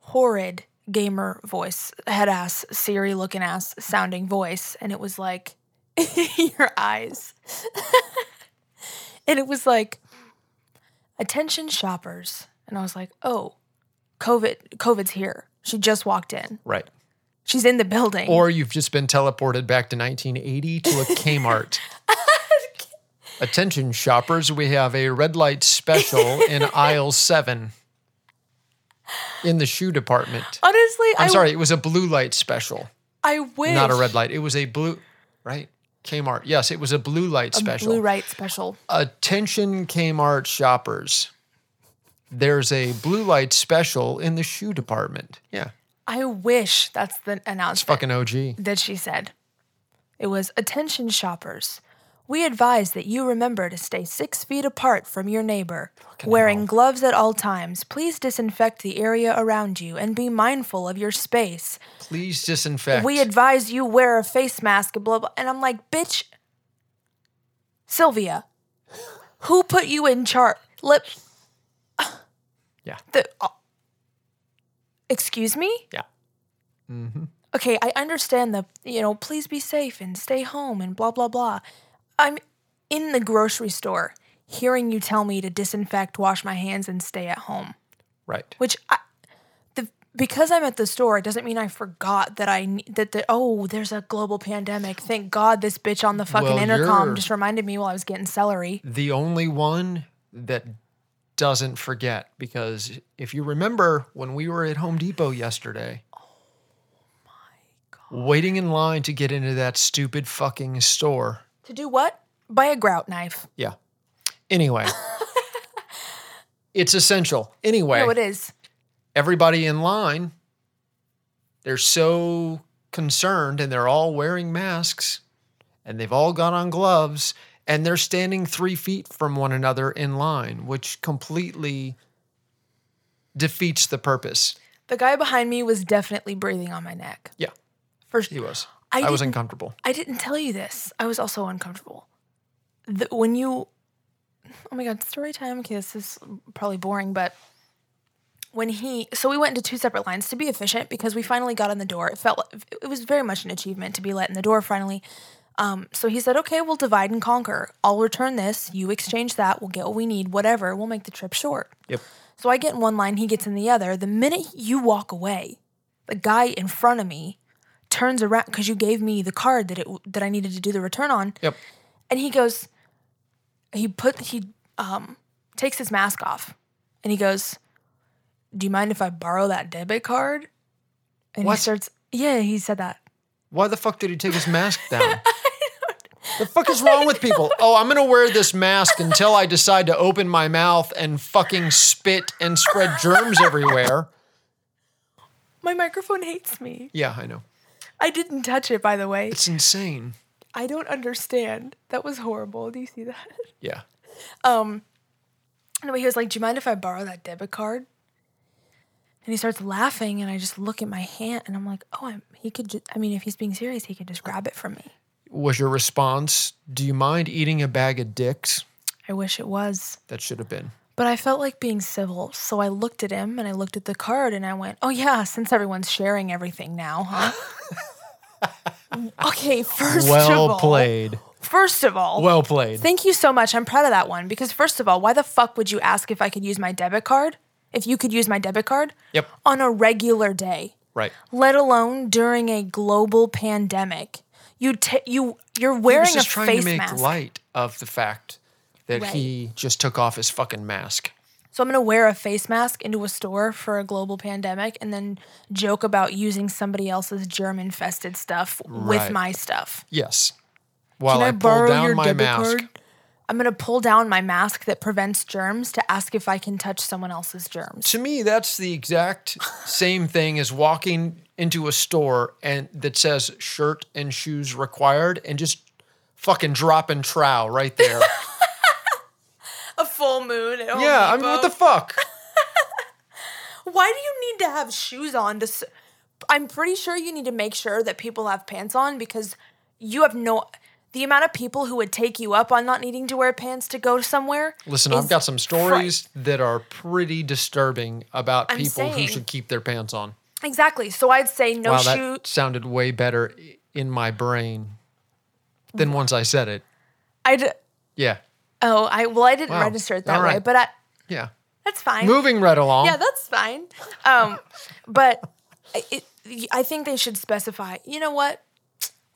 Speaker 2: horrid gamer voice, head ass, Siri looking ass sounding voice, and it was like, (laughs) your eyes. (laughs) and it was like, attention shoppers. And I was like, oh, COVID, COVID's here. She just walked in.
Speaker 1: Right.
Speaker 2: She's in the building.
Speaker 1: Or you've just been teleported back to 1980 to a (laughs) Kmart. Attention shoppers, we have a red light special (laughs) in aisle 7 in the shoe department.
Speaker 2: Honestly,
Speaker 1: I'm
Speaker 2: I-
Speaker 1: sorry, it was a blue light special,
Speaker 2: I wish
Speaker 1: not a red light. It was a blue, right? Kmart. Yes, it was a blue light special.
Speaker 2: blue right special.
Speaker 1: Attention Kmart shoppers. There's a blue light special in the shoe department. Yeah.
Speaker 2: I wish that's the announcement
Speaker 1: Fucking OG.
Speaker 2: that she said. It was attention shoppers. We advise that you remember to stay six feet apart from your neighbor. Wearing gloves at all times, please disinfect the area around you and be mindful of your space.
Speaker 1: Please disinfect.
Speaker 2: We advise you wear a face mask, blah, blah. And I'm like, bitch, Sylvia, who put you in charge? Let,
Speaker 1: Yeah.
Speaker 2: the, uh, excuse me?
Speaker 1: Yeah.
Speaker 2: okay, I understand the, you know, please be safe and stay home and blah, blah, blah. I'm in the grocery store hearing you tell me to disinfect, wash my hands, and stay at home,
Speaker 1: Right.
Speaker 2: which I, the, because I'm at the store, it doesn't mean I forgot that I ne- that the oh there's a global pandemic. Thank God this bitch on the fucking
Speaker 1: Well,
Speaker 2: intercom
Speaker 1: you're-
Speaker 2: just reminded me while I was getting celery.
Speaker 1: the only one that doesn't forget because if you remember when we were at Home Depot yesterday,
Speaker 2: Oh
Speaker 1: waiting in line to get into that stupid fucking store.
Speaker 2: To do what? Buy a grout knife.
Speaker 1: Yeah.
Speaker 2: (laughs)
Speaker 1: Anyway, it's essential. Anyway,
Speaker 2: No, it is.
Speaker 1: everybody in line, they're so concerned and they're all wearing masks and they've all got on gloves and they're standing three feet from one another in line, which completely defeats the purpose.
Speaker 2: The guy behind me was definitely breathing on my neck.
Speaker 1: Yeah,
Speaker 2: First,
Speaker 1: he was.
Speaker 2: I
Speaker 1: I, was
Speaker 2: didn't-
Speaker 1: uncomfortable.
Speaker 2: I didn't tell you this. I was also uncomfortable. The, when you, oh my god, story time. Okay, this is probably boring, but when he, so we went into two separate lines to be efficient because we finally got in the door. It felt it was very much an achievement to be let in the door finally. Um, so he said, okay, we'll divide and conquer. I'll return this. You exchange that. We'll get what we need. Whatever. We'll make the trip short.
Speaker 1: Yep.
Speaker 2: So I get in one line, he gets in the other. The minute you walk away, the guy in front of me turns around because you gave me the card that it that I needed to do the return on,
Speaker 1: Yep.
Speaker 2: and he goes, he put he um takes his mask off, and he goes, "Do you mind if I borrow that debit card?" And
Speaker 1: What?
Speaker 2: he starts, yeah, he said that.
Speaker 1: Why the fuck did he take his mask
Speaker 2: (laughs)
Speaker 1: down? The fuck is wrong with people? Oh, I'm gonna wear this mask until I decide to open my mouth and fucking spit and spread germs everywhere.
Speaker 2: My microphone hates me.
Speaker 1: Yeah, I know.
Speaker 2: I didn't touch it, by the way.
Speaker 1: It's insane.
Speaker 2: I don't understand. That was horrible. Do you see that?
Speaker 1: Yeah.
Speaker 2: Um, anyway, he was like, "Do you mind if I borrow that debit card?" And he starts laughing, and I just look at my hand, and I'm like, "Oh, I'm, he could. Ju- I mean, if he's being serious, he could just grab it from me."
Speaker 1: Was your response, do you mind eating a bag of dicks?
Speaker 2: I wish it was,
Speaker 1: That should have been.
Speaker 2: but I felt like being civil, so I looked at him, and I looked at the card, and I went, "Oh yeah, since everyone's sharing everything now, huh?" okay, first of all,
Speaker 1: played.
Speaker 2: first of all,
Speaker 1: Well played.
Speaker 2: Thank you so much. I'm proud of that one because first of all, why the fuck would you ask if I could use my debit card? If you could use my debit card?
Speaker 1: Yep.
Speaker 2: On a regular day,
Speaker 1: Right.
Speaker 2: let alone during a global pandemic. You t- you you're wearing
Speaker 1: he was just
Speaker 2: a
Speaker 1: trying
Speaker 2: face
Speaker 1: to make
Speaker 2: mask.
Speaker 1: light of the fact that
Speaker 2: Right.
Speaker 1: he just took off his fucking mask.
Speaker 2: So I'm going to wear a face mask into a store for a global pandemic and then joke about using somebody else's germ-infested stuff with
Speaker 1: Right.
Speaker 2: my stuff.
Speaker 1: Yes. While
Speaker 2: Can I,
Speaker 1: I,
Speaker 2: borrow
Speaker 1: pull
Speaker 2: your
Speaker 1: down my
Speaker 2: debit
Speaker 1: mask.
Speaker 2: card? I'm gonna pull down my mask that prevents germs to ask if I can touch someone else's germs.
Speaker 1: To me, that's the exact same thing as walking into a store and that says shirt and shoes required and just fucking dropping trowel right there.
Speaker 2: (laughs) A full moon. At Home
Speaker 1: yeah, I mean, what the
Speaker 2: (laughs)
Speaker 1: fuck?
Speaker 2: Why do you need to have shoes on? To s- I'm pretty sure you need to make sure that people have pants on because you have no. The amount of people who would take you up on not needing to wear pants to go somewhere.
Speaker 1: Listen,
Speaker 2: is
Speaker 1: I've got some stories that are pretty disturbing about
Speaker 2: I'm
Speaker 1: people who
Speaker 2: saying-
Speaker 1: should keep their pants on.
Speaker 2: fr- exactly. So I'd say no
Speaker 1: wow,
Speaker 2: shoe.
Speaker 1: that sounded way better i- in my brain than once I said it.
Speaker 2: I'd.
Speaker 1: Yeah,
Speaker 2: Oh, I well, I didn't
Speaker 1: Wow.
Speaker 2: register it that
Speaker 1: All
Speaker 2: way,
Speaker 1: right.
Speaker 2: but I,
Speaker 1: yeah.
Speaker 2: that's fine.
Speaker 1: Moving right along.
Speaker 2: Yeah, that's fine. Um, but I- it, I think they should specify. You know what?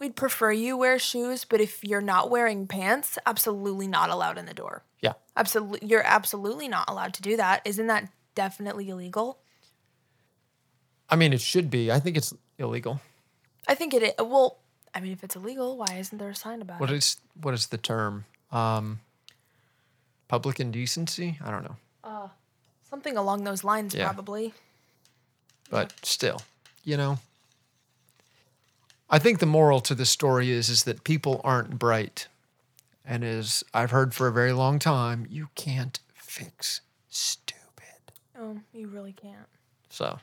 Speaker 2: We'd prefer you wear shoes, but if you're not wearing pants, absolutely not allowed in the door.
Speaker 1: yeah.
Speaker 2: Absolutely, you're absolutely not allowed to do that. Isn't that definitely illegal?
Speaker 1: I mean, it should be. I think it's illegal.
Speaker 2: I think it. i- Well, I mean, if it's illegal, why isn't there a sign about
Speaker 1: What
Speaker 2: it?
Speaker 1: is what is the term? Um, public indecency. I don't know,
Speaker 2: Something along those lines,
Speaker 1: Yeah.
Speaker 2: probably.
Speaker 1: but still, you know. I think the moral to this story is is that people aren't bright, and as I've heard for a very long time, you can't fix stupid.
Speaker 2: Oh, you really can't.
Speaker 1: So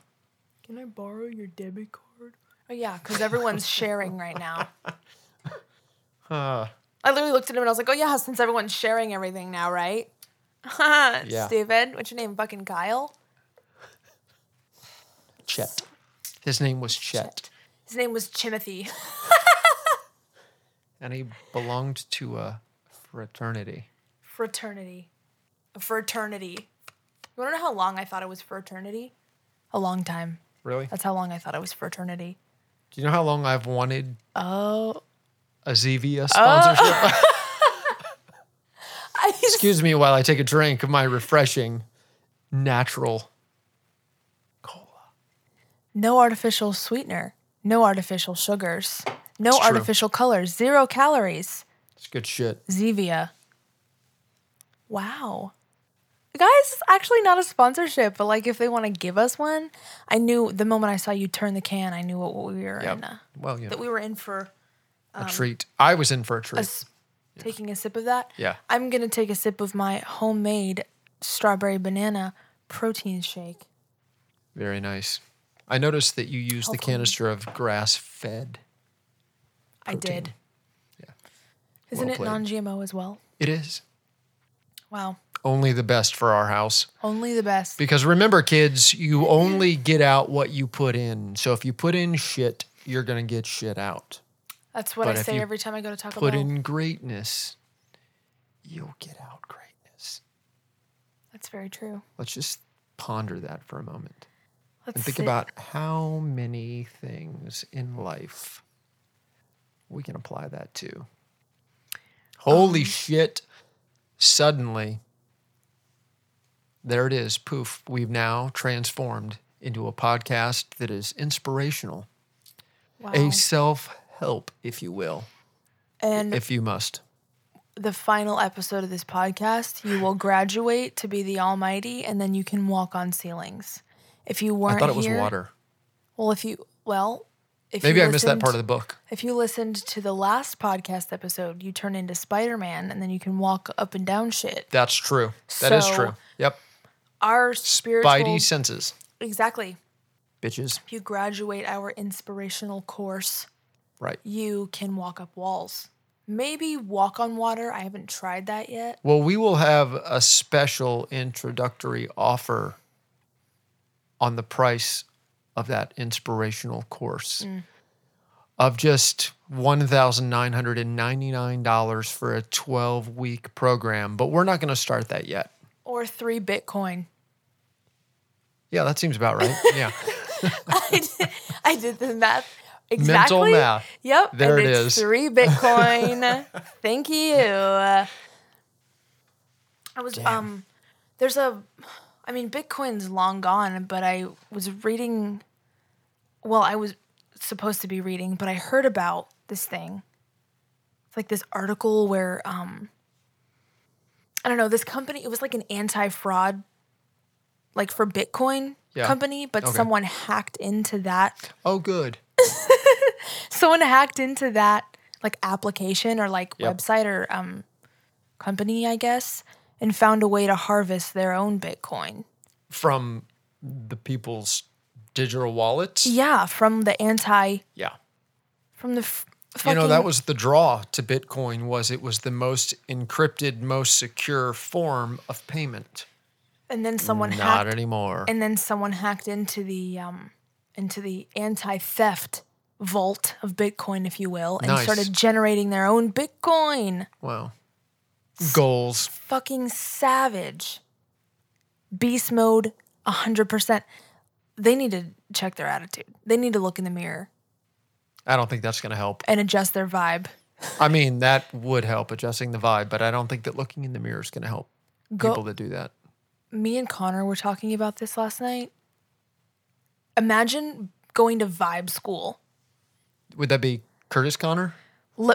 Speaker 2: Can I borrow your debit card? Oh yeah,
Speaker 1: (laughs)
Speaker 2: because everyone's sharing right now. I literally looked at him and I was like, "Oh yeah, since everyone's sharing everything now, right?" (laughs)
Speaker 1: Yeah.
Speaker 2: Stupid. What's your name? Fucking Kyle.
Speaker 1: Chet, his name was Chet,
Speaker 2: His name was Timothy. (laughs)
Speaker 1: and he belonged to a fraternity.
Speaker 2: Fraternity. A fraternity. You wanna know how long I thought it was fraternity? A long time.
Speaker 1: Really?
Speaker 2: That's how long I thought it was fraternity.
Speaker 1: Do you know how long I've wanted
Speaker 2: Oh.
Speaker 1: a Zevia sponsorship?
Speaker 2: I just,
Speaker 1: Excuse me while I take a drink of my refreshing natural cola.
Speaker 2: no artificial sweetener. No artificial sugars. No
Speaker 1: It's true.
Speaker 2: artificial colors. Zero calories.
Speaker 1: It's good shit.
Speaker 2: Zevia. Wow. Guys, it's actually not a sponsorship, but like if they want to give us one, I knew the moment I saw you turn the can, I knew what we were in. Uh,
Speaker 1: Well, you know,
Speaker 2: that we were in for
Speaker 1: a treat. I was in for a
Speaker 2: a
Speaker 1: treat.
Speaker 2: s- taking a sip of that.
Speaker 1: Yeah.
Speaker 2: I'm going to take a sip of my homemade strawberry banana protein shake.
Speaker 1: Very nice. I noticed that you used the
Speaker 2: Hopefully.
Speaker 1: canister of grass fed.
Speaker 2: I did.
Speaker 1: Yeah.
Speaker 2: Isn't
Speaker 1: Well
Speaker 2: it
Speaker 1: played.
Speaker 2: non GMO as well?
Speaker 1: It is
Speaker 2: Wow.
Speaker 1: only the best for our house.
Speaker 2: Only the best.
Speaker 1: Because remember, kids, you only get out what you put in. So if you put in shit, you're going to get shit out.
Speaker 2: That's what
Speaker 1: But
Speaker 2: I
Speaker 1: if
Speaker 2: say
Speaker 1: you
Speaker 2: every time I go to Taco
Speaker 1: Put
Speaker 2: Bell.
Speaker 1: in greatness, you'll get out greatness.
Speaker 2: That's very true.
Speaker 1: Let's just ponder that for a moment
Speaker 2: Let's
Speaker 1: and think
Speaker 2: see.
Speaker 1: about how many things in life we can apply that to. Holy
Speaker 2: Um,
Speaker 1: shit. Suddenly, there it is. Poof. We've now transformed into a podcast that is inspirational,
Speaker 2: wow.
Speaker 1: a self help, if you will,
Speaker 2: and
Speaker 1: if you must.
Speaker 2: the final episode of this podcast, you will graduate to be the Almighty, and then you can walk on ceilings. If you weren't
Speaker 1: I thought it was
Speaker 2: here,
Speaker 1: water.
Speaker 2: Well, if you well, if
Speaker 1: Maybe
Speaker 2: you
Speaker 1: I missed that part of
Speaker 2: listened-
Speaker 1: the book.
Speaker 2: If you listened to the last podcast episode, you turn into Spider Man, and then you can walk up and down shit.
Speaker 1: That's true. That is
Speaker 2: So-
Speaker 1: true. Yep.
Speaker 2: Our spiritual,
Speaker 1: Bitey senses,
Speaker 2: exactly.
Speaker 1: bitches.
Speaker 2: If you graduate our inspirational course,
Speaker 1: Right.
Speaker 2: you can walk up walls. Maybe walk on water. I haven't tried that yet.
Speaker 1: Well, we will have a special introductory offer on the price of that inspirational course of just $1,999 for a 12 week program, but we're not going to start that yet.
Speaker 2: Or three Bitcoin. (laughs)
Speaker 1: Yeah, that seems about right. Yeah.
Speaker 2: I did, I did the math exactly.
Speaker 1: math.
Speaker 2: Yep.
Speaker 1: There
Speaker 2: and
Speaker 1: it is.
Speaker 2: it's
Speaker 1: (laughs)
Speaker 2: Three Bitcoin. Thank you. I was um. There's a, I mean, Bitcoin's long gone, but I was reading. Well, I was supposed to be reading, but I heard about this thing. It's like this article where um. I don't know this company. It was like an anti-fraud, like for Bitcoin
Speaker 1: Yeah.
Speaker 2: company, but
Speaker 1: Okay.
Speaker 2: someone hacked into that
Speaker 1: Oh, good.
Speaker 2: someone hacked into that like application or like
Speaker 1: Yep.
Speaker 2: website or um company, I guess, and found a way to harvest their own Bitcoin.
Speaker 1: From the people's digital wallets.
Speaker 2: Yeah, from the anti,
Speaker 1: Yeah.
Speaker 2: from the f-
Speaker 1: you
Speaker 2: fucking.
Speaker 1: know that was the draw to bitcoin was it was the most encrypted most secure form of payment
Speaker 2: and then someone
Speaker 1: not
Speaker 2: hacked,
Speaker 1: anymore
Speaker 2: and then someone hacked into the um into the anti theft vault of Bitcoin, if you will, and
Speaker 1: Nice.
Speaker 2: started generating their own Bitcoin.
Speaker 1: wow goals
Speaker 2: fucking savage. Beast mode, 100%. They need to check their attitude. They need to look in the mirror
Speaker 1: i don't think that's going to help
Speaker 2: and adjust their vibe.
Speaker 1: i mean that would help adjusting the vibe but i don't think that looking in the mirror is going to help
Speaker 2: Go-
Speaker 1: people that do that
Speaker 2: Me and Connor were talking about this last night. Imagine going to vibe school.
Speaker 1: would that be curtis connor
Speaker 2: Li-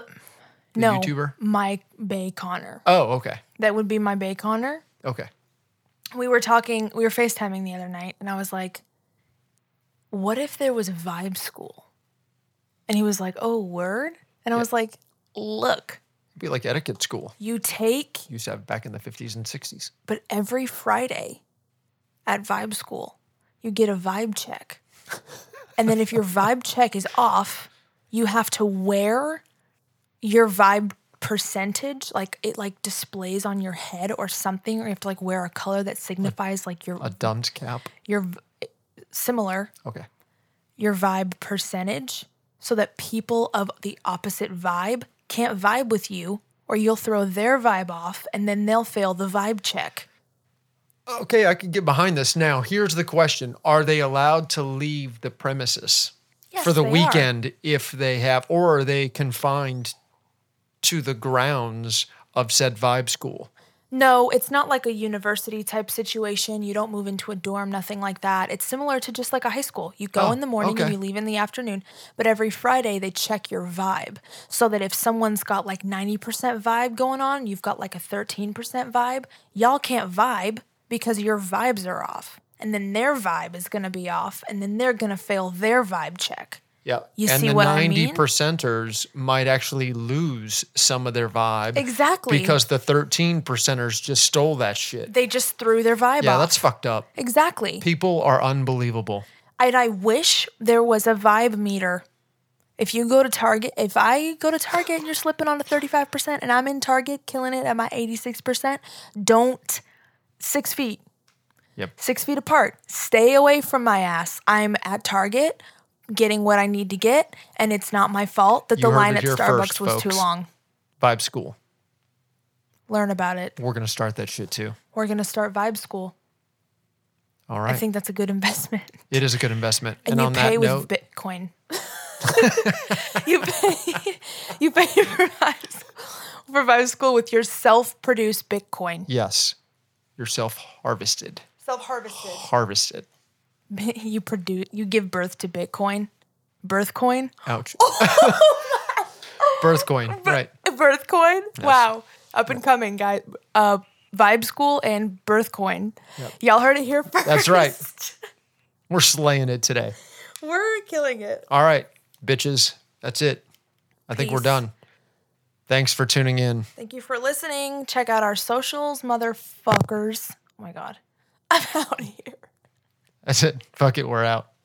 Speaker 2: no,
Speaker 1: YouTuber?
Speaker 2: my Bay Connor.
Speaker 1: oh okay
Speaker 2: That would be my Bay Connor.
Speaker 1: okay
Speaker 2: we were talking, we were FaceTiming the other night, and I was like, what if there was vibe school? And he was like, oh, word? And I was like, look,
Speaker 1: It'd be like etiquette school
Speaker 2: you take,
Speaker 1: used to have back in the 50s and 60s
Speaker 2: but every Friday at vibe school, you get a vibe check. and then if your vibe check is off, you have to wear your vibe percentage like it like displays on your head or something or you have to like wear a color that signifies like your
Speaker 1: a dunce cap
Speaker 2: your v- similar
Speaker 1: okay
Speaker 2: your vibe percentage so that people of the opposite vibe can't vibe with you or you'll throw their vibe off and then they'll fail the vibe check.
Speaker 1: okay i can get behind this now here's the question are they allowed to leave the premises
Speaker 2: Yes,
Speaker 1: for the
Speaker 2: they are.
Speaker 1: weekend if they have, or are they confined to the grounds of said vibe school?
Speaker 2: No, it's not like a university type situation. You don't move into a dorm, nothing like that. It's similar to just like a high school. You go
Speaker 1: Oh,
Speaker 2: in the morning
Speaker 1: okay.
Speaker 2: and you leave in the afternoon, but every Friday they check your vibe so that if someone's got like 90% vibe going on, you've got like a 13% vibe, y'all can't vibe because your vibes are off. And then their vibe is going to be off, and then they're going to fail their vibe check.
Speaker 1: Yeah.
Speaker 2: You
Speaker 1: and
Speaker 2: see
Speaker 1: the
Speaker 2: what I
Speaker 1: 90
Speaker 2: mean?
Speaker 1: percenters might actually lose some of their vibe.
Speaker 2: Exactly.
Speaker 1: Because the 13 percenters just stole that shit.
Speaker 2: they just threw their vibe
Speaker 1: Yeah,
Speaker 2: off.
Speaker 1: that's fucked up.
Speaker 2: exactly.
Speaker 1: People are unbelievable.
Speaker 2: And I wish there was a vibe meter. If you go to Target, if I go to Target and you're slipping on a 35% and I'm in Target killing it at my 86%, don't six feet.
Speaker 1: Yep.
Speaker 2: Six feet apart. Stay away from my ass. I'm at Target getting what I need to get, and it's not my fault that
Speaker 1: You
Speaker 2: the
Speaker 1: heard
Speaker 2: line
Speaker 1: it
Speaker 2: at
Speaker 1: here
Speaker 2: Starbucks
Speaker 1: first,
Speaker 2: was too
Speaker 1: folks.
Speaker 2: long.
Speaker 1: Vibe school.
Speaker 2: Learn about it.
Speaker 1: We're going to start that shit too.
Speaker 2: We're going to start Vibe School.
Speaker 1: All right.
Speaker 2: I think that's a good (laughs) investment.
Speaker 1: it is a good investment. And,
Speaker 2: and you
Speaker 1: on
Speaker 2: pay
Speaker 1: that
Speaker 2: with
Speaker 1: note,
Speaker 2: Bitcoin. (laughs) you pay (laughs) you pay for Vibe School- for Vibe School with your self-produced Bitcoin.
Speaker 1: yes, yourself harvested.
Speaker 2: Self-harvested.
Speaker 1: Harvested.
Speaker 2: (laughs) You produce you give birth to Bitcoin. (laughs) Birthcoin?
Speaker 1: Ouch. (laughs) Birth coin. Right.
Speaker 2: Birthcoin? Wow. Up and coming, guys. Uh Vibe School and Birthcoin. Y'all heard it here first.
Speaker 1: That's right. We're slaying it today.
Speaker 2: (laughs) We're killing it.
Speaker 1: All right, bitches. That's it. I think we're
Speaker 2: Peace.
Speaker 1: done. Thanks for tuning in.
Speaker 2: Thank you for listening. Check out our socials, motherfuckers. Oh my god. (laughs) I'm out here.
Speaker 1: That's it. Fuck it. We're out.